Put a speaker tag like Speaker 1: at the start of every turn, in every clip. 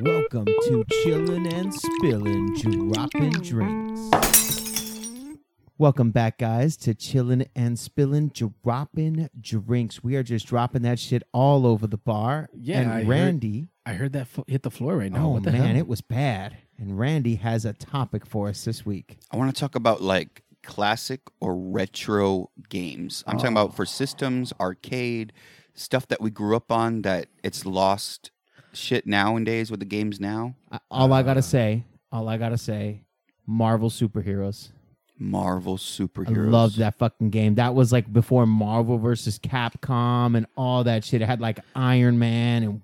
Speaker 1: Welcome to Chillin' and Spillin' Droppin' Drinks. Welcome back, guys, to Chillin' and Spillin' Droppin' Drinks. We are just dropping that shit all over the bar.
Speaker 2: Yeah,
Speaker 1: and
Speaker 2: I heard-
Speaker 1: Randy.
Speaker 2: I heard that fo- hit the floor right now.
Speaker 1: oh
Speaker 2: what the
Speaker 1: man,
Speaker 2: hell?
Speaker 1: it was bad. And Randy has a topic for us this week.
Speaker 3: I want to talk about like classic or retro games. I'm talking
Speaker 1: Oh.
Speaker 3: about for systems, arcade, stuff that we grew up on that it's lost shit nowadays with the games now.
Speaker 1: I- All I gotta say, all I gotta say, Marvel superheroes.
Speaker 3: Marvel
Speaker 1: I
Speaker 3: superheroes.
Speaker 1: loved that fucking game. That was like before Marvel versus Capcom and all that shit. It had like Iron Man and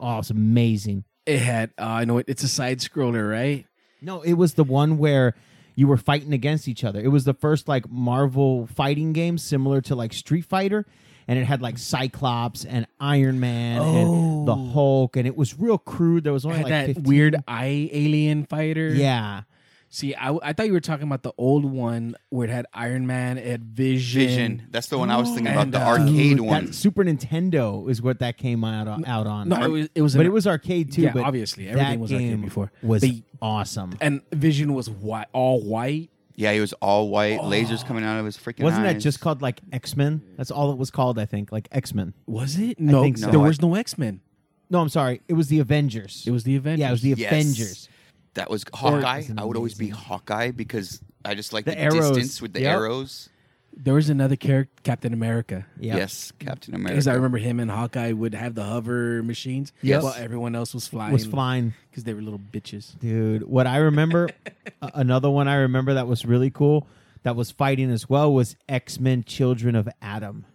Speaker 1: oh, it's amazing.
Speaker 2: it had. Uh, I know it, it's a side scroller, right?
Speaker 1: No, it was the one where you were fighting against each other. It was the first like Marvel fighting game similar to like Street Fighter and it had like Cyclops and Iron Man and the
Speaker 2: Oh.
Speaker 1: Hulk and it was real crude. There was
Speaker 2: It
Speaker 1: only
Speaker 2: had
Speaker 1: like
Speaker 2: that
Speaker 1: 15.
Speaker 2: weird eye alien fighter.
Speaker 1: Yeah.
Speaker 2: See, I, I thought you were talking about the old one where it had Iron Man, it had Vision.
Speaker 3: Vision. That's the one I was thinking about.
Speaker 2: And,
Speaker 3: The
Speaker 2: uh,
Speaker 3: arcade
Speaker 1: Dude,
Speaker 3: one.
Speaker 1: That Super Nintendo is what that came out on, out on.
Speaker 2: No, it was. It was
Speaker 1: but
Speaker 2: an-
Speaker 1: it was arcade too.
Speaker 2: Yeah,
Speaker 1: but
Speaker 2: obviously everything
Speaker 1: that
Speaker 2: was arcade
Speaker 1: game
Speaker 2: before.
Speaker 1: Was
Speaker 2: But-
Speaker 1: awesome.
Speaker 2: and Vision was white, all white.
Speaker 3: Yeah, he was all white, lasers coming out of his freaking
Speaker 1: Oh. Wasn't that
Speaker 3: eyes.
Speaker 1: just called like X Men? That's all it was called, I think. Like X Men.
Speaker 2: Was it? No,
Speaker 1: think
Speaker 3: so.
Speaker 2: there was no X Men.
Speaker 1: No, I'm sorry. It was the Avengers.
Speaker 2: It was the event.
Speaker 1: yeah, it was the
Speaker 3: Yes.
Speaker 1: Avengers.
Speaker 3: That was Hawkeye.
Speaker 1: That was
Speaker 3: I would always be Hawkeye because I just like
Speaker 1: The
Speaker 3: the,
Speaker 1: arrows.
Speaker 3: distance with the
Speaker 1: Yep.
Speaker 3: arrows.
Speaker 2: There was another character, Captain America.
Speaker 1: Yeah.
Speaker 3: Yes, Captain
Speaker 2: Because
Speaker 3: America.
Speaker 2: I remember him and Hawkeye would have the hover machines,
Speaker 1: Yes.
Speaker 2: while everyone else was flying.
Speaker 1: Was flying,
Speaker 2: because they were little bitches.
Speaker 1: dude. What I remember, a- another one I remember that was really cool, that was fighting as well, was X Men: Children of Adam.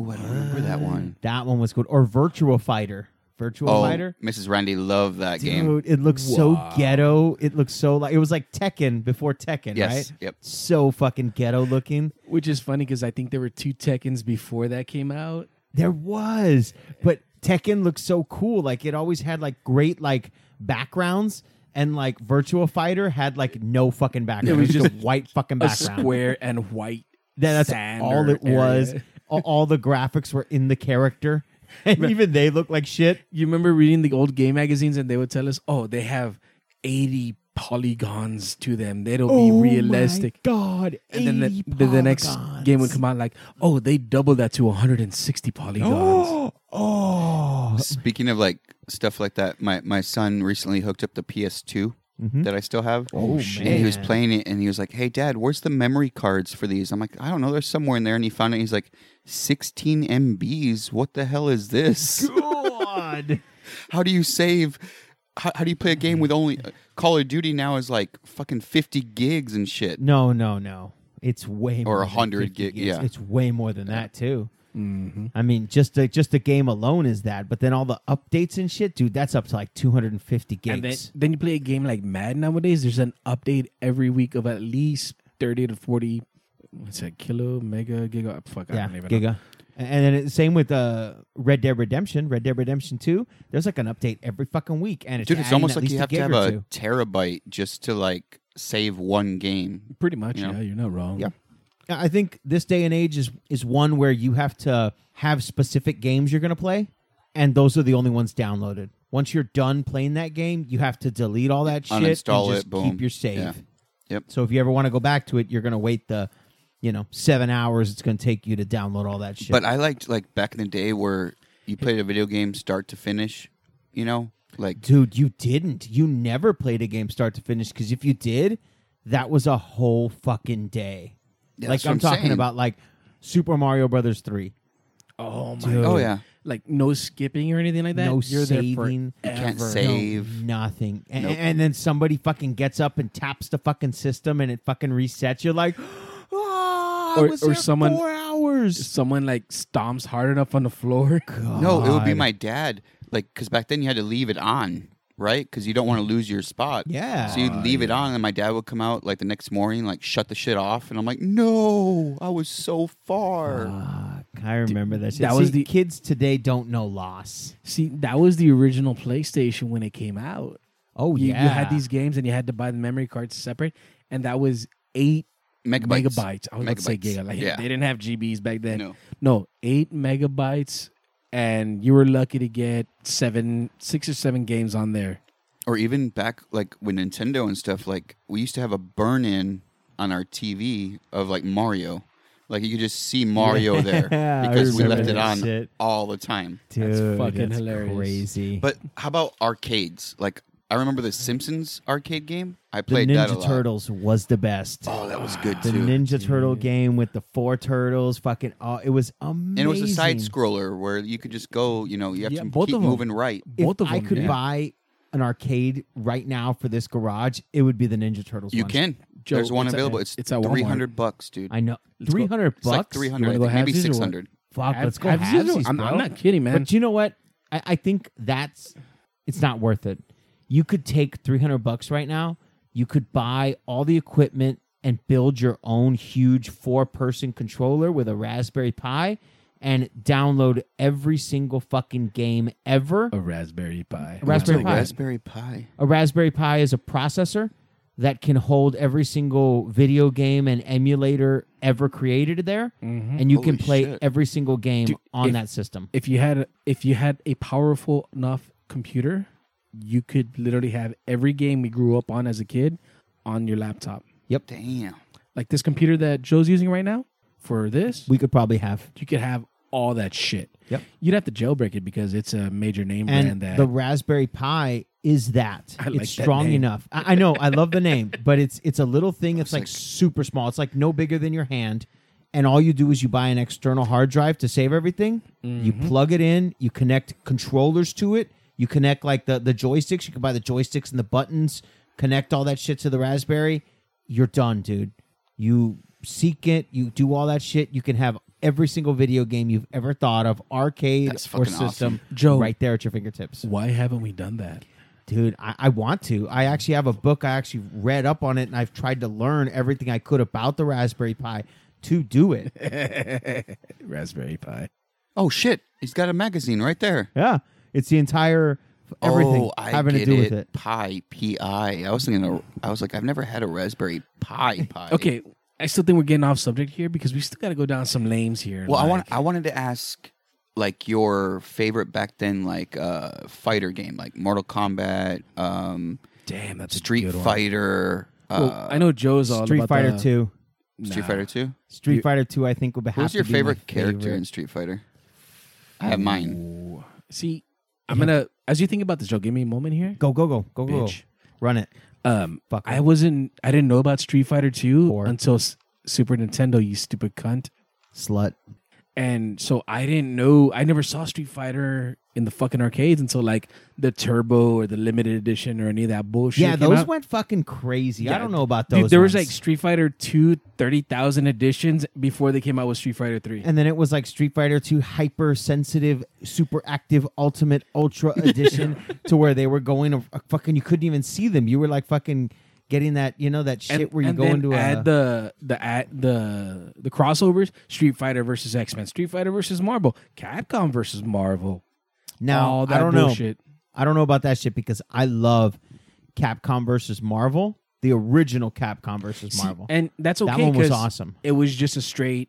Speaker 3: Ooh, I don't remember that one.
Speaker 1: That one was good. Or Virtua Fighter. Virtua
Speaker 3: Oh,
Speaker 1: Fighter.
Speaker 3: Mrs. Randy loved that game.
Speaker 1: Dude, it looks so ghetto. It looks so like it was like Tekken before Tekken,
Speaker 3: Yes,
Speaker 1: right?
Speaker 3: yep.
Speaker 1: So fucking ghetto looking.
Speaker 2: Which is funny because I think there were two Tekkens before that came out.
Speaker 1: There was, but Tekken looked so cool. Like it always had like great like backgrounds, and like Virtua Fighter had like no fucking background.
Speaker 2: was
Speaker 1: just a
Speaker 2: just
Speaker 1: white fucking
Speaker 2: A
Speaker 1: background.
Speaker 2: square and white.
Speaker 1: That- that's
Speaker 2: sand
Speaker 1: all
Speaker 2: or
Speaker 1: it was.
Speaker 2: area.
Speaker 1: all, all the graphics were in the character, and even they looked like shit.
Speaker 2: You remember reading the old game magazines and they would tell us, oh, they have 80 polygons to them. They don't
Speaker 1: Oh my
Speaker 2: be realistic.
Speaker 1: God,
Speaker 2: And then the,
Speaker 1: 80
Speaker 2: the, the next game would
Speaker 1: polygons.
Speaker 2: come out like, oh, they double that to 160 polygons.
Speaker 1: Oh,
Speaker 3: Speaking of like stuff like that, my, my son recently hooked up the PS2 that I still have.
Speaker 1: Mm-hmm. Oh,
Speaker 3: And he was
Speaker 1: man.
Speaker 3: playing it and he was like, Hey dad, where's the memory cards for these? I'm like, I don't know, they're somewhere in there. And he found it. He's like, 16 MBs? What the hell is this?
Speaker 1: God.
Speaker 3: How do you save? How, how do you play a game with only uh, Call of Duty now is like fucking 50 gigs and shit?
Speaker 1: No, no, no. It's way more
Speaker 3: Or
Speaker 1: than
Speaker 3: 100
Speaker 1: 50
Speaker 3: gig,
Speaker 1: gigs.
Speaker 3: yeah.
Speaker 1: It's way more than that too.
Speaker 2: Mm-hmm.
Speaker 1: I mean, just the, just the game alone is that, but then all the updates and shit, dude. That's up to like 250 gigs.
Speaker 2: And then, then you play a game like Mad nowadays, there's an update every week of at least 30 to 40. What's that? Kilo, mega, giga? Fuck, I
Speaker 1: yeah,
Speaker 2: don't even know.
Speaker 1: giga. And then it's same with uh, Red Dead Redemption, Red Dead Redemption 2. There's like an update every fucking week, and it's
Speaker 3: Dude, it's
Speaker 1: adding
Speaker 3: almost
Speaker 1: at
Speaker 3: like you
Speaker 1: least
Speaker 3: have to
Speaker 1: gig
Speaker 3: have
Speaker 1: or
Speaker 3: a
Speaker 1: two.
Speaker 3: terabyte just to like save one game.
Speaker 2: Pretty much,
Speaker 3: You know?
Speaker 2: yeah. You're not wrong.
Speaker 3: Yeah.
Speaker 1: I think this day and age is is one where you have to have specific games you're going to play, and those are the only ones downloaded. Once you're done playing that game, you have to delete all that shit
Speaker 3: Uninstall
Speaker 1: and just
Speaker 3: it, boom.
Speaker 1: keep your save.
Speaker 3: Yeah. Yep.
Speaker 1: So if you ever want to go back to it, you're going to wait the, you know, seven hours it's going to take you to download all that shit.
Speaker 3: But I liked like back in the day where you played a video game start to finish, you know, like
Speaker 1: dude, you didn't. You never played a game start to finish because if you did, that was a whole fucking day.
Speaker 3: Yeah,
Speaker 1: like
Speaker 3: that's what I'm
Speaker 1: talking
Speaker 3: saying.
Speaker 1: about, like Super Mario Brothers three.
Speaker 2: Oh my
Speaker 1: Dude.
Speaker 2: god.
Speaker 3: oh yeah,
Speaker 2: Like no skipping or anything like that.
Speaker 1: No
Speaker 2: You're
Speaker 1: saving.
Speaker 2: There
Speaker 1: You
Speaker 2: forever.
Speaker 3: can't
Speaker 1: No,
Speaker 3: save.
Speaker 1: nothing. A- And,
Speaker 3: Nope.
Speaker 1: then somebody fucking gets up and taps the fucking system and it fucking resets. You're like, oh, I
Speaker 2: Or-
Speaker 1: was
Speaker 2: or
Speaker 1: there
Speaker 2: someone-
Speaker 1: four hours.
Speaker 2: Someone like stomps hard enough on the floor.
Speaker 3: no, it would be
Speaker 1: God.
Speaker 3: my dad. Like because back then you had to leave it on, right? Because you don't want to lose your spot.
Speaker 1: Yeah.
Speaker 3: So you'd leave it on, and my dad would come out like the next morning, like shut the shit off, and I'm like, no, I was so far.
Speaker 1: Fuck, I remember that shit.
Speaker 2: that was
Speaker 1: See,
Speaker 2: the-
Speaker 1: kids today don't know loss.
Speaker 2: See, that was the original PlayStation when it came out.
Speaker 1: Oh
Speaker 2: You,
Speaker 1: yeah,
Speaker 2: you had these games and you had to buy the memory cards separate, and that was eight
Speaker 3: megabytes.
Speaker 2: megabytes. I was going to say
Speaker 3: Megabytes.
Speaker 2: giga. Like,
Speaker 3: Yeah.
Speaker 2: They didn't have GBs back then.
Speaker 3: No.
Speaker 2: No, eight megabytes, and you were lucky to get seven, six or seven games on there.
Speaker 3: or even back like when Nintendo and stuff, like we used to have a burn in on our TV of like Mario. Like you could just see Mario there
Speaker 1: Yeah, I
Speaker 3: because we
Speaker 1: remember
Speaker 3: left it
Speaker 1: that
Speaker 3: on
Speaker 1: shit.
Speaker 3: all the time.
Speaker 1: Dude,
Speaker 2: That's fucking
Speaker 1: that's
Speaker 2: hilarious.
Speaker 1: Crazy.
Speaker 3: But how about arcades? Like I remember the Simpsons arcade game. I
Speaker 1: the
Speaker 3: played that a
Speaker 1: Ninja
Speaker 3: lot.
Speaker 1: Turtles was the best.
Speaker 3: Oh, that was good
Speaker 1: the
Speaker 3: too.
Speaker 1: Ninja Turtle game with the four turtles, fucking, oh, it was amazing.
Speaker 3: and it was a side scroller where you could just go. You know, you have
Speaker 2: Yeah,
Speaker 3: to
Speaker 2: both
Speaker 3: keep
Speaker 2: of 'em.
Speaker 3: moving right.
Speaker 1: If
Speaker 2: Both of
Speaker 1: I
Speaker 2: them,
Speaker 1: could
Speaker 2: yeah.
Speaker 1: buy an arcade right now for this garage, it would be the Ninja Turtles.
Speaker 3: You
Speaker 1: one.
Speaker 3: can.
Speaker 2: Joe,
Speaker 3: There's one
Speaker 2: it's at-
Speaker 3: available. It's
Speaker 2: it's
Speaker 3: it's
Speaker 2: at Walmart.
Speaker 3: three hundred bucks, dude.
Speaker 1: I know.
Speaker 2: Let's go.
Speaker 1: Three hundred
Speaker 3: It's like
Speaker 1: bucks.
Speaker 3: three
Speaker 2: You
Speaker 3: hundred,
Speaker 2: wanna go
Speaker 3: maybe
Speaker 2: halvesies or what?
Speaker 3: six hundred.
Speaker 1: Fuck,
Speaker 2: Have-
Speaker 1: let's go.
Speaker 2: have these
Speaker 1: halvesies,
Speaker 2: or- I'm, I'm
Speaker 1: bro.
Speaker 2: not kidding, man.
Speaker 1: But you know what? I, I think that's it's not worth it. You could take three hundred bucks right now. You could buy all the equipment and build your own huge four-person controller with a Raspberry Pi, and download every single fucking game ever.
Speaker 2: a Raspberry Pi.
Speaker 1: Raspberry
Speaker 2: Wow.
Speaker 1: Pi.
Speaker 3: Raspberry Pi.
Speaker 1: A Raspberry Pi is a processor that can hold every single video game and emulator ever created there, and you can
Speaker 3: Holy
Speaker 1: play
Speaker 3: shit.
Speaker 1: every single game
Speaker 2: Dude,
Speaker 1: on
Speaker 2: if-
Speaker 1: that system.
Speaker 2: If you had a, if you had a powerful enough computer, you could literally have every game we grew up on as a kid on your laptop.
Speaker 3: Damn.
Speaker 2: Like this computer that Joe's using right now for this,
Speaker 1: We could probably have.
Speaker 2: you could have all that shit.
Speaker 1: Yep.
Speaker 2: You'd have to jailbreak it because it's a major name
Speaker 1: And
Speaker 2: brand that
Speaker 1: the Raspberry Pi is that.
Speaker 2: I
Speaker 1: it's
Speaker 2: like that
Speaker 1: strong
Speaker 2: name.
Speaker 1: enough. I, I know. I love the name, but it's it's a little thing. It's
Speaker 3: was
Speaker 1: like,
Speaker 3: like-
Speaker 1: super small. It's like no bigger than your hand. And all you do is you buy an external hard drive to save everything. You plug it in. You connect controllers to it. You connect like the the joysticks. You can buy the joysticks and the buttons. Connect all that shit to the Raspberry. You're done, dude. You seek it. You do all that shit. You can have every single video game you've ever thought of, arcade
Speaker 3: That's
Speaker 1: or
Speaker 3: fucking awesome.
Speaker 1: system,
Speaker 2: Joe.
Speaker 1: right there at your fingertips
Speaker 2: why haven't we done that?
Speaker 1: dude I, I want to i actually have a book i actually read up on it and i've tried to learn everything i could about the raspberry pi to do it
Speaker 2: Raspberry Pi.
Speaker 3: Oh shit! He's got a magazine right there.
Speaker 1: yeah it's the entire everything
Speaker 3: oh, I
Speaker 1: having to
Speaker 3: get
Speaker 1: do with it
Speaker 3: Pi, P-I. I was thinking, of- I was like, I've never had a Raspberry Pi. Pi.
Speaker 2: Okay, I still think we're getting off subject here because we still got to go down some lanes here.
Speaker 3: Well, I
Speaker 2: like-
Speaker 3: want. I wanted to ask, like, your favorite back then, like, uh, fighter game, like Mortal Kombat, um,
Speaker 2: Damn, that's a
Speaker 3: Street
Speaker 2: good one.
Speaker 3: Fighter. Uh,
Speaker 2: Well, I know Joe's all
Speaker 1: street
Speaker 2: about
Speaker 1: fighter
Speaker 2: the-
Speaker 1: 2
Speaker 3: Street
Speaker 2: Nah.
Speaker 3: Fighter Two.
Speaker 1: street fighter 2 i think would have
Speaker 3: Who's your
Speaker 1: to be my
Speaker 3: favorite character
Speaker 1: favorite.
Speaker 3: in Street Fighter? I have mine.
Speaker 2: Ooh. See, I'm gonna as you think about this, Joe. Give me a moment here.
Speaker 1: go go go go go
Speaker 2: Bitch.
Speaker 1: run it
Speaker 2: Um,
Speaker 1: Fuck.
Speaker 2: I wasn't. I didn't know about Street Fighter Two
Speaker 1: Whore.
Speaker 2: until S- Super Nintendo. You stupid cunt.
Speaker 1: slut
Speaker 2: And so I didn't know. I never saw Street Fighter in the fucking arcades until like the Turbo or the limited edition or any of that bullshit.
Speaker 1: yeah
Speaker 2: came
Speaker 1: those
Speaker 2: out.
Speaker 1: went fucking crazy i
Speaker 2: Yeah,
Speaker 1: don't know about those
Speaker 2: Dude, there was
Speaker 1: ones.
Speaker 2: like Street Fighter 2 30,000 editions before they came out with Street Fighter 3.
Speaker 1: and then it was like Street Fighter 2 hypersensitive, super active, ultimate, ultra edition to where they were going a, a fucking you couldn't even see them. You were like fucking getting that, you know, that shit
Speaker 2: and,
Speaker 1: where you
Speaker 2: and
Speaker 1: go
Speaker 2: then
Speaker 1: into
Speaker 2: add
Speaker 1: a
Speaker 2: the the add the the crossovers Street Fighter versus X Men, Street Fighter versus Marvel, Capcom versus Marvel.
Speaker 1: now
Speaker 2: all that
Speaker 1: I don't know.
Speaker 2: bullshit.
Speaker 1: I don't know about that shit because I love Capcom versus Marvel, the original Capcom versus
Speaker 2: See,
Speaker 1: Marvel.
Speaker 2: and that's okay.
Speaker 1: that one was
Speaker 2: 'cause
Speaker 1: awesome.
Speaker 2: It was just a straight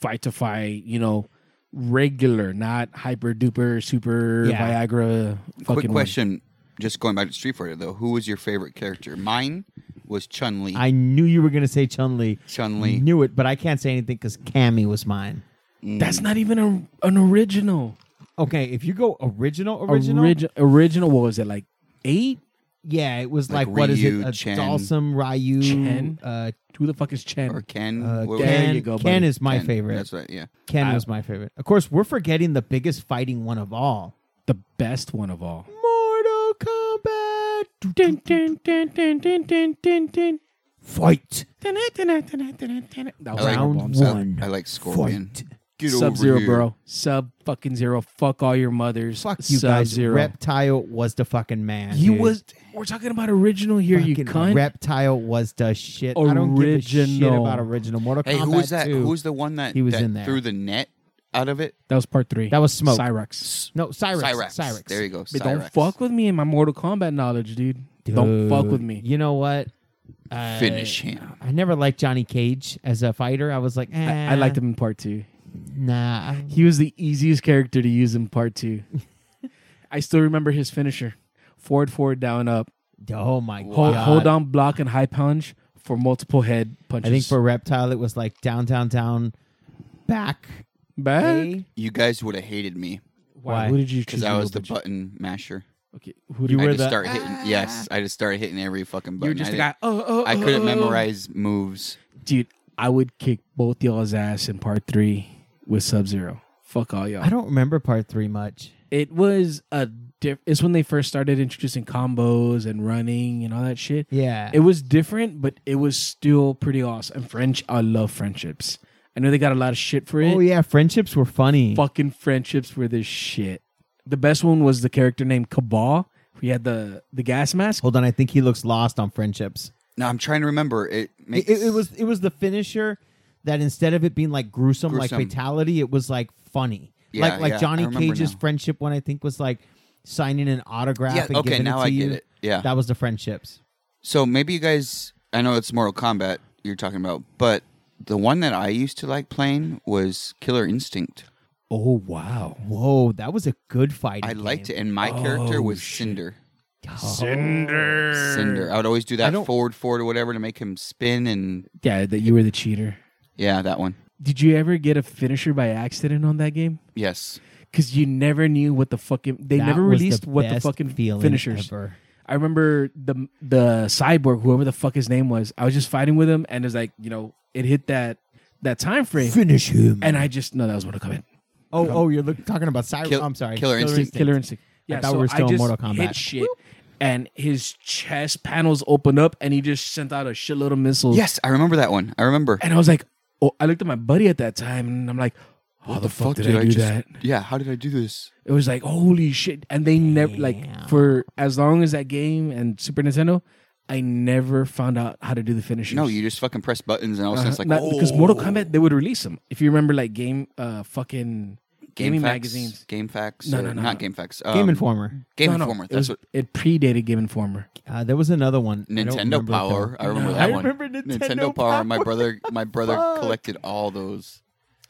Speaker 2: fight to fight, you know, regular, not hyper duper super
Speaker 1: Yeah.
Speaker 2: Viagra. Fucking
Speaker 3: Quick
Speaker 2: one.
Speaker 3: question. Just going back to Street Fighter though, who was your favorite character? Mine was Chun Li.
Speaker 1: I knew you were gonna say Chun Li.
Speaker 3: Chun Li.
Speaker 1: Knew it, but I can't say anything because Cammy was mine.
Speaker 2: That's not even a, an original.
Speaker 1: Okay, if you go original, original,
Speaker 2: Origi- original. What was it like? Eight?
Speaker 1: Yeah, it was like,
Speaker 3: Like
Speaker 1: what is
Speaker 3: Ryu,
Speaker 1: it? A
Speaker 3: Chen.
Speaker 1: Dalsum, Ryu,
Speaker 2: Chen?
Speaker 1: Uh,
Speaker 2: Who the fuck is Chen?
Speaker 3: or Ken?
Speaker 1: uh,
Speaker 3: What was
Speaker 2: There
Speaker 1: Ken.
Speaker 2: you go,
Speaker 1: Ken
Speaker 2: buddy.
Speaker 1: is my
Speaker 3: Ken.
Speaker 1: favorite.
Speaker 3: That's right. Yeah.
Speaker 1: Ken
Speaker 2: I-
Speaker 1: was my favorite. Of course, we're forgetting the biggest fighting one of all.
Speaker 2: the best one of all.
Speaker 1: Mortal Kombat
Speaker 2: Dun, dun, dun, dun, dun, dun, dun, dun.
Speaker 1: fight
Speaker 2: Dun, dun, dun, dun, dun, dun, dun. That was
Speaker 1: Round
Speaker 2: horrible. I'm
Speaker 3: I-
Speaker 2: sorry.
Speaker 1: One.
Speaker 3: I, like Scorpion.
Speaker 1: Fight.
Speaker 3: Get over
Speaker 2: Sub zero,
Speaker 3: here.
Speaker 2: bro. Sub fucking zero. Fuck all your mothers.
Speaker 1: Fuck you
Speaker 2: Sub
Speaker 1: guys.
Speaker 2: Zero.
Speaker 1: Reptile was the fucking man.
Speaker 2: you
Speaker 1: dude.
Speaker 2: was. We're talking about original here. you
Speaker 1: Fucking
Speaker 2: cunt.
Speaker 1: Reptile was the shit. I don't give a shit
Speaker 2: Original.
Speaker 1: about original Mortal
Speaker 3: Hey,
Speaker 1: Kombat.
Speaker 3: who was that?
Speaker 1: 2.
Speaker 3: Who was the one that
Speaker 1: He was
Speaker 3: that
Speaker 1: in there.
Speaker 3: threw the net out of it?
Speaker 2: that was part three.
Speaker 1: That was Smoke.
Speaker 2: Cyrex.
Speaker 1: no, Cyrix.
Speaker 3: Cyrax.
Speaker 1: Cyrix.
Speaker 3: There you go. Cyrax.
Speaker 2: But don't fuck with me in my Mortal Kombat knowledge, dude. Don't
Speaker 1: Dude,
Speaker 2: fuck with me.
Speaker 1: You know what? Uh,
Speaker 3: Finish him.
Speaker 1: I never liked Johnny Cage as a fighter. I was like, eh,
Speaker 2: I, I liked him in part two.
Speaker 1: Nah, I-
Speaker 2: He was the easiest character to use in part two. I still remember his finisher. Forward, forward, down, up.
Speaker 1: Oh my
Speaker 2: Hold,
Speaker 1: god!
Speaker 2: hold on, block and high punch for multiple head punches.
Speaker 1: I think for reptile it was like down, down, down, back.
Speaker 2: back.
Speaker 1: A?
Speaker 3: You guys would have hated me
Speaker 1: Why?
Speaker 2: Who did you choose?
Speaker 3: because I
Speaker 2: Lil
Speaker 3: was the
Speaker 2: Bitch?
Speaker 3: button masher.
Speaker 2: Okay, who
Speaker 1: You
Speaker 2: did
Speaker 1: were
Speaker 3: I just
Speaker 1: the-
Speaker 3: start hitting. Yes, I just started hitting every fucking button.
Speaker 2: Ah. You were just the
Speaker 3: I didn't-
Speaker 2: guy. Oh, oh,
Speaker 3: I
Speaker 2: oh,
Speaker 3: couldn't
Speaker 2: oh, oh."
Speaker 3: memorize moves.
Speaker 2: Dude, I would kick both y'all's ass in part three with Sub Zero. Fuck all y'all.
Speaker 1: I don't remember part three much.
Speaker 2: it was a diff- it's when they first started introducing combos and running and all that shit
Speaker 1: Yeah,
Speaker 2: it was different but it was still pretty awesome and french i love friendships i know they got a lot of shit for it
Speaker 1: Oh yeah, friendships were funny.
Speaker 2: fucking friendships were this shit the best one was the character named cabal who had the the gas mask
Speaker 1: Hold on, I think he looks lost on friendships.
Speaker 3: No, I'm trying to remember. It
Speaker 1: It,
Speaker 3: makes,
Speaker 1: it, it was it was the finisher that instead of it being like gruesome, like
Speaker 3: Gruesome.
Speaker 1: fatality, it was like funny.
Speaker 3: Yeah,
Speaker 1: like like
Speaker 3: yeah, I
Speaker 1: Johnny
Speaker 3: remember
Speaker 1: Cage's
Speaker 3: now.
Speaker 1: friendship one, I think was like signing an autograph
Speaker 3: Yeah,
Speaker 1: and
Speaker 3: okay,
Speaker 1: giving
Speaker 3: now
Speaker 1: it to
Speaker 3: I
Speaker 1: you.
Speaker 3: get it. Yeah.
Speaker 1: that was the friendships.
Speaker 3: So maybe you guys, I know it's Mortal Kombat you're talking about, but the one that I used to like playing was Killer Instinct.
Speaker 2: oh wow
Speaker 1: Whoa, that was a good fight.
Speaker 3: I liked it, and my character
Speaker 2: Oh,
Speaker 3: was
Speaker 2: shit.
Speaker 3: Cinder.
Speaker 2: cinder
Speaker 3: Cinder. I would always do
Speaker 1: I
Speaker 3: that
Speaker 1: don't-
Speaker 3: forward, forward, or whatever to make him spin, and
Speaker 2: yeah that you were the cheater
Speaker 3: yeah, that one.
Speaker 2: did you ever get a finisher by accident on that game
Speaker 3: Yes.
Speaker 2: because you never knew what the fucking they
Speaker 1: That
Speaker 2: never
Speaker 1: was
Speaker 2: released what the
Speaker 1: best
Speaker 2: fucking
Speaker 1: feeling
Speaker 2: finishers.
Speaker 1: ever.
Speaker 2: I remember the the cyborg, whoever the fuck his name was. I was just fighting with him, and it's like you know it hit that that time frame,
Speaker 1: Finish him.
Speaker 2: and I just no, that was Mortal Kombat,
Speaker 1: oh oh, you're look, talking about Cyber.
Speaker 3: Kill-
Speaker 1: I'm sorry,
Speaker 3: Killer Instinct.
Speaker 2: Killer Instinct.
Speaker 1: I thought we were still in
Speaker 2: just
Speaker 1: Mortal Kombat.
Speaker 2: Hit shit, and his chest panels opened up, and he just sent out a shitload of missiles.
Speaker 3: Yes, I remember that one. I remember.
Speaker 2: and I was like, oh, I looked at my buddy at that time, and I'm like, how the, fuck, did, I do
Speaker 3: just-
Speaker 2: that?
Speaker 3: Yeah, how did I do this?
Speaker 2: It was like holy shit, and they never like for as long as that game and Super Nintendo, I never found out how to do the finishers.
Speaker 3: No, you just fucking press buttons, and all of a sudden it's like,
Speaker 2: Uh-huh. Not-
Speaker 3: oh,
Speaker 2: because Mortal Kombat they would release them. If you remember, like game, uh, fucking gaming
Speaker 3: Facts,
Speaker 2: magazines.
Speaker 3: Game Facts.
Speaker 2: No,
Speaker 3: or
Speaker 2: no, no,
Speaker 3: not
Speaker 2: no.
Speaker 3: Game Facts.
Speaker 1: Game
Speaker 3: um,
Speaker 1: Informer.
Speaker 3: Game
Speaker 2: No, no,
Speaker 3: Informer.
Speaker 2: it,
Speaker 3: That's
Speaker 2: was,
Speaker 3: what
Speaker 2: it predated Game Informer.
Speaker 1: Uh, there was another one. I don't
Speaker 3: Nintendo
Speaker 1: remember it, though.
Speaker 3: Power. I remember
Speaker 2: No.
Speaker 3: that
Speaker 2: I
Speaker 3: one.
Speaker 1: remember Nintendo
Speaker 3: Power. My
Speaker 1: Power.
Speaker 3: brother, my brother
Speaker 1: Fuck.
Speaker 3: collected all those.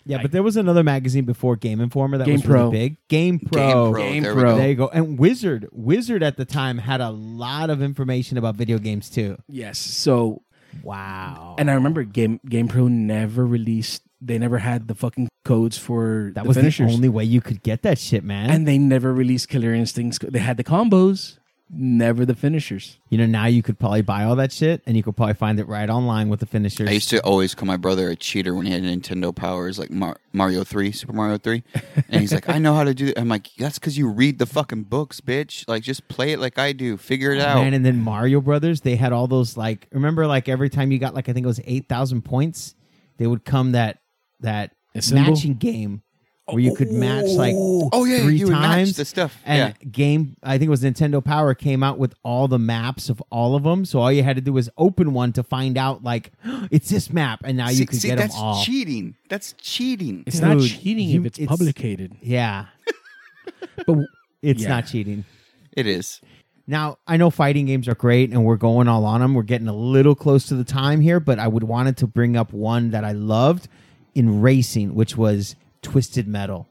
Speaker 1: Yeah, but there was another magazine before Game Informer that
Speaker 2: Game
Speaker 1: was really
Speaker 2: Pro.
Speaker 1: big. Game Pro.
Speaker 3: Game Pro.
Speaker 2: Game
Speaker 3: there
Speaker 2: Pro.
Speaker 3: we
Speaker 1: There
Speaker 3: go.
Speaker 1: you go. And Wizard, Wizard at the time had a lot of information about video games too.
Speaker 2: Yes. So,
Speaker 1: Wow.
Speaker 2: and I remember Game Game Pro never released. They never had the fucking codes for
Speaker 1: that
Speaker 2: the
Speaker 1: was
Speaker 2: finishers,
Speaker 1: the only way you could get that shit, man.
Speaker 2: and they never released Killer Instincts. They had the combos, never the finishers.
Speaker 1: you know, now you could probably buy all that shit and you could probably find it right online with the finishers.
Speaker 3: I used to always call my brother a cheater when he had Nintendo powers, like Mar- Mario Three, Super Mario Three, and he's like, "I know how to do." That. I'm like, "That's because you read the fucking books, bitch. Like, just play it like I do. Figure
Speaker 2: Oh,
Speaker 3: it out."
Speaker 1: Man, and then Mario Brothers, they had all those like remember like every time you got like I think it was eight thousand points, they would come that that
Speaker 2: A symbol?
Speaker 1: matching game where you could match like
Speaker 3: oh yeah,
Speaker 1: three
Speaker 3: you would match
Speaker 1: times
Speaker 3: the stuff.
Speaker 1: and game I think it was Nintendo Power came out with all the maps of all of them. So all you had to do was open one to find out like it's this map, and now
Speaker 3: yeah.
Speaker 1: you
Speaker 3: see,
Speaker 1: could
Speaker 3: see,
Speaker 1: get them
Speaker 3: that's
Speaker 1: all.
Speaker 3: cheating. That's cheating.
Speaker 2: It's not
Speaker 1: Dude,
Speaker 2: cheating
Speaker 1: you-
Speaker 2: if it's,
Speaker 1: it's-
Speaker 2: publicated.
Speaker 1: Yeah,
Speaker 2: But
Speaker 1: it's
Speaker 2: Yeah.
Speaker 1: not cheating.
Speaker 3: It is.
Speaker 1: Now I know fighting games are great, and we're going all on them. We're getting a little close to the time here, but I would wanted to bring up one that I loved in racing, which was Twisted Metal.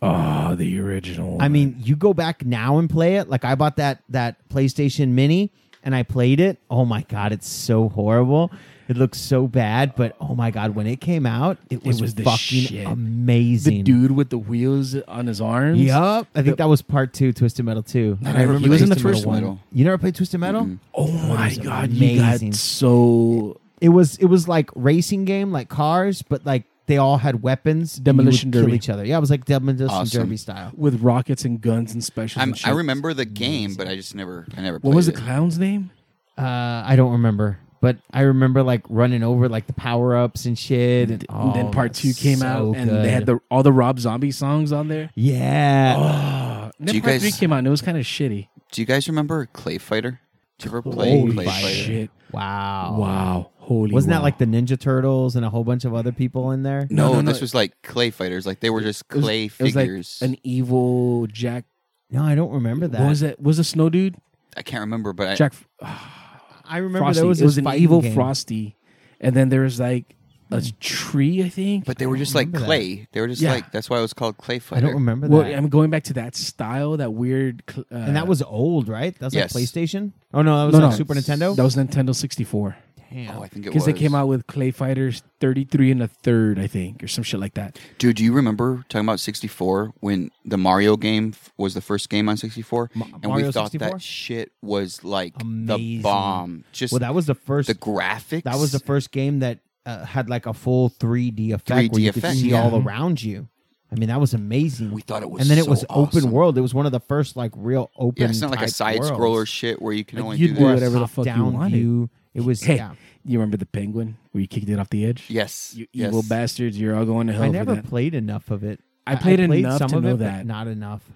Speaker 2: oh, the original.
Speaker 1: I mean, you go back now and play it. Like I bought that that PlayStation Mini and I played it. Oh my god, it's so horrible. It looks so bad, but oh my god, when it came out, it was,
Speaker 2: was the
Speaker 1: fucking
Speaker 2: shit.
Speaker 1: amazing.
Speaker 2: the dude with the wheels on his arms.
Speaker 1: Yup. I think that was part two, Twisted Metal two. And I
Speaker 3: never
Speaker 1: remember
Speaker 3: played
Speaker 1: Twisted
Speaker 3: Twisted
Speaker 1: Metal
Speaker 3: Metal.
Speaker 1: one. You never played Twisted Metal?
Speaker 2: Oh my
Speaker 1: was
Speaker 2: god, you
Speaker 1: amazing.
Speaker 2: got so
Speaker 1: It was it was like racing game, like cars, but like they all had weapons. and you would
Speaker 2: Demolition
Speaker 1: kill
Speaker 2: Derby.
Speaker 1: each other. Yeah, it was like demolition
Speaker 3: Awesome.
Speaker 1: derby style.
Speaker 2: with rockets and guns and specials.
Speaker 3: I'm,
Speaker 2: and shit.
Speaker 3: I remember the game, but I just never, I never.
Speaker 2: What
Speaker 3: played
Speaker 2: was the
Speaker 3: it.
Speaker 2: clown's name?
Speaker 1: Uh, I don't remember, but I remember like running over like the power ups and shit. And,
Speaker 2: and then
Speaker 1: oh,
Speaker 2: part two
Speaker 1: that's
Speaker 2: came
Speaker 1: so
Speaker 2: out, and
Speaker 1: good.
Speaker 2: they had the all the Rob Zombie songs on there.
Speaker 1: yeah.
Speaker 2: Oh, and
Speaker 3: Do
Speaker 2: then
Speaker 3: you
Speaker 2: part
Speaker 3: guys-
Speaker 2: three came out, and it was kind of shitty.
Speaker 3: Do you guys remember Clay Fighter? Did you ever play
Speaker 1: Holy
Speaker 3: Clay Fighter?
Speaker 2: shit!
Speaker 1: Wow.
Speaker 2: Wow, holy!
Speaker 1: Wasn't
Speaker 2: wow.
Speaker 1: that like the Ninja Turtles and a whole bunch of other people in there?
Speaker 3: No,
Speaker 2: No, no, no.
Speaker 3: this was like clay fighters. Like they were just
Speaker 2: It was-
Speaker 3: clay
Speaker 2: it was like
Speaker 3: figures.
Speaker 2: an e evil Jack.
Speaker 1: No, I don't remember that.
Speaker 2: What was that? Was a snow dude?
Speaker 3: I can't remember, but I,
Speaker 2: Jack.
Speaker 1: I remember
Speaker 2: Frosty.
Speaker 1: there was,
Speaker 2: it was
Speaker 1: this
Speaker 2: an
Speaker 1: fighting
Speaker 2: evil
Speaker 1: game.
Speaker 2: Frosty, and then there was like a tree, I think.
Speaker 3: But they were just
Speaker 1: don't
Speaker 3: like
Speaker 1: remember that.
Speaker 3: clay. They were just
Speaker 2: Yeah.
Speaker 3: like that's why it was called clay
Speaker 1: I
Speaker 3: fighter.
Speaker 1: don't remember that.
Speaker 2: well, I'm going back to that style, that weird. cl- Uh,
Speaker 1: and that was old, right? That's
Speaker 3: Yes.
Speaker 1: like PlayStation. Oh no, that was
Speaker 2: no,
Speaker 1: on
Speaker 2: no,
Speaker 1: Super Nintendo.
Speaker 2: That was Nintendo 64.
Speaker 1: Damn.
Speaker 3: Oh, I think it was.
Speaker 2: Because they came out with Clay Fighters 33 and a third, I think, or some shit like that.
Speaker 3: Dude, do you remember talking about 64 when the Mario game f- was the first game on 64?
Speaker 1: Ma-
Speaker 3: and
Speaker 1: Mario
Speaker 3: we thought
Speaker 1: 64?
Speaker 3: that shit was like
Speaker 1: Amazing.
Speaker 3: the bomb. Just
Speaker 1: well, that was the first.
Speaker 3: the graphics.
Speaker 1: that was the first game that uh, had like a full 3D effect
Speaker 3: 3D
Speaker 1: where you could
Speaker 3: effect,
Speaker 1: see
Speaker 3: yeah.
Speaker 1: all around you. I mean, that was amazing.
Speaker 3: We thought it was
Speaker 1: and then it
Speaker 3: so
Speaker 1: was
Speaker 3: awesome.
Speaker 1: open world. It was one of the first like real open.
Speaker 3: Yeah, it's not like a
Speaker 1: type
Speaker 3: side
Speaker 1: worlds.
Speaker 3: scroller shit where you can
Speaker 2: Like,
Speaker 3: only
Speaker 2: you
Speaker 3: do
Speaker 2: do
Speaker 3: this.
Speaker 2: whatever the
Speaker 1: Top
Speaker 2: fuck you
Speaker 1: down
Speaker 2: wanted.
Speaker 1: view. It was
Speaker 2: Hey,
Speaker 1: yeah.
Speaker 2: you remember the penguin where you kicked it off the edge?
Speaker 3: Yes.
Speaker 2: You
Speaker 3: yes.
Speaker 2: evil bastards, you're all going to hell.
Speaker 1: I
Speaker 2: for
Speaker 1: never
Speaker 2: that.
Speaker 1: played enough of it.
Speaker 2: I played
Speaker 1: I played
Speaker 2: enough
Speaker 1: some
Speaker 2: to
Speaker 1: of
Speaker 2: know
Speaker 1: it, but
Speaker 2: that.
Speaker 1: not enough.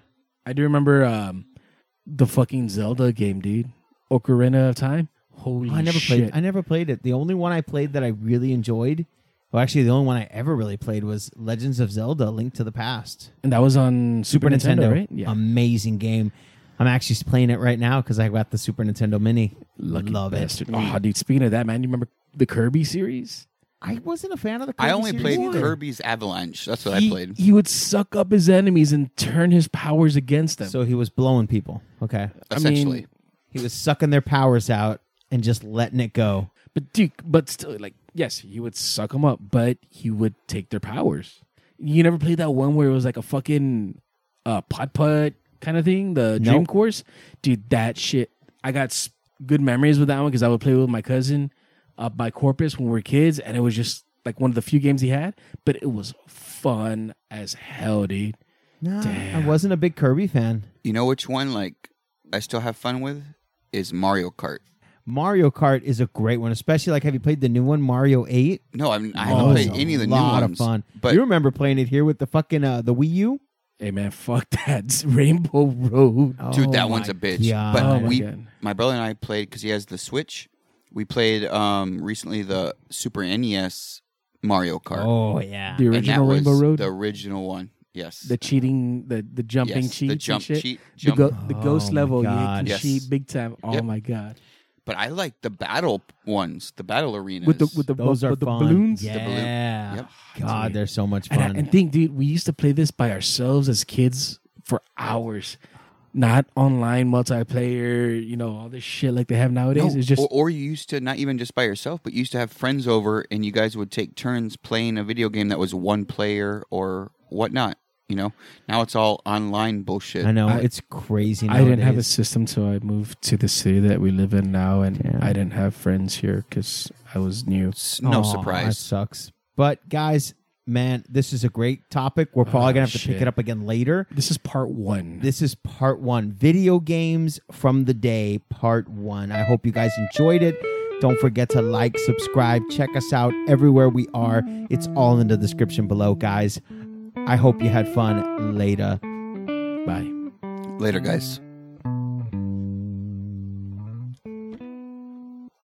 Speaker 2: I do remember um, the fucking Zelda game, dude. Ocarina of Time. Holy
Speaker 1: I never played.
Speaker 2: shit.
Speaker 1: I never played it. The only one I played that I really enjoyed, well, actually, the only one I ever really played was Legends of Zelda: Link to the Past.
Speaker 2: and that was on Super, Nintendo, right? Yeah.
Speaker 1: amazing game. I'm actually playing it right now because I got the Super Nintendo Mini.
Speaker 2: Lucky
Speaker 1: Love
Speaker 2: bastard.
Speaker 1: it.
Speaker 2: Oh, dude, speaking of that, man, you remember the Kirby series?
Speaker 1: I wasn't a fan of the. Kirby
Speaker 3: I only
Speaker 1: series
Speaker 3: played
Speaker 1: either.
Speaker 3: Kirby's Avalanche. That's what
Speaker 2: he,
Speaker 3: I played.
Speaker 2: He would suck up his enemies and turn his powers against them.
Speaker 1: So he was blowing people. Okay,
Speaker 2: I mean-
Speaker 3: essentially.
Speaker 1: he was sucking their powers out and just letting it go.
Speaker 2: But dude, but still, like, yes, he would suck them up, but he would take their powers. You never played that one where it was like a fucking uh, putt putt kind of thing, the dream
Speaker 1: Nope.
Speaker 2: course, dude. That shit, I got s- good memories with that one because I would play with my cousin up by Corpus when we were kids, and it was just like one of the few games he had, but it was fun as hell, dude.
Speaker 1: No, I
Speaker 2: Damn.
Speaker 1: wasn't a big Kirby fan.
Speaker 3: You know which one like I still have fun with is Mario Kart.
Speaker 1: Mario Kart is a great one, especially like have you played the new one, Mario Eight?
Speaker 3: No, I'm, I
Speaker 1: Oh,
Speaker 3: haven't played
Speaker 1: it's a
Speaker 3: any of the new
Speaker 1: lot
Speaker 3: ones.
Speaker 1: of fun.
Speaker 3: But
Speaker 1: you remember playing it here with the fucking uh, the Wii U?
Speaker 2: Hey man, fuck that Rainbow Road.
Speaker 3: dude, that
Speaker 1: Oh
Speaker 3: one's
Speaker 1: my
Speaker 3: a bitch.
Speaker 1: God.
Speaker 3: But
Speaker 2: Oh my
Speaker 3: we,
Speaker 2: God.
Speaker 3: my brother and I played because he has the Switch. We played um recently the Super NES Mario Kart.
Speaker 1: oh yeah,
Speaker 2: The
Speaker 3: and
Speaker 2: original
Speaker 3: that
Speaker 2: Rainbow
Speaker 3: was
Speaker 2: Road,
Speaker 3: the
Speaker 2: the,
Speaker 3: original one. Yes,
Speaker 2: cheating, the the jumping
Speaker 3: yes,
Speaker 2: cheat,
Speaker 3: the jump
Speaker 2: shit.
Speaker 3: cheat,
Speaker 2: the,
Speaker 3: jump.
Speaker 2: go- the
Speaker 1: Oh
Speaker 2: ghost
Speaker 1: my
Speaker 2: level, you
Speaker 1: God.
Speaker 2: can
Speaker 3: Yes.
Speaker 2: cheat big time. Oh
Speaker 3: Yep.
Speaker 2: my god!
Speaker 3: but I like the battle ones, the battle arenas
Speaker 2: With the with the
Speaker 1: those
Speaker 2: with
Speaker 1: are
Speaker 2: the
Speaker 1: fun.
Speaker 2: balloons.
Speaker 1: Yeah,
Speaker 3: Yep.
Speaker 1: God, they're so much
Speaker 2: And, I,
Speaker 1: fun.
Speaker 2: and think, dude, we used to play this by ourselves as kids for hours, not online multiplayer. You know all this shit like they have
Speaker 3: No,
Speaker 2: nowadays. it's just
Speaker 3: or, or you used to not even just by yourself, but you used to have friends over, and you guys would take turns playing a video game that was one player or whatnot. You know, now it's all online bullshit.
Speaker 1: I know
Speaker 2: I-
Speaker 1: it's crazy.
Speaker 2: I didn't have a
Speaker 1: nowadays.
Speaker 2: system till I moved to the city that we live in now, and
Speaker 1: Yeah.
Speaker 2: I didn't have friends here because I was new.
Speaker 3: It's no
Speaker 1: Aw, That
Speaker 3: surprise.
Speaker 1: sucks. But guys, man, this is a great topic. We're probably
Speaker 2: Oh,
Speaker 1: gonna have to pick
Speaker 2: shit.
Speaker 1: it up again later.
Speaker 2: This is part one.
Speaker 1: This is part one video games from the day, part one. I hope you guys enjoyed it. Don't forget to like, subscribe, check us out everywhere we are. It's all in the description below, guys. I hope you had fun. Later.
Speaker 2: Bye.
Speaker 3: Later, guys.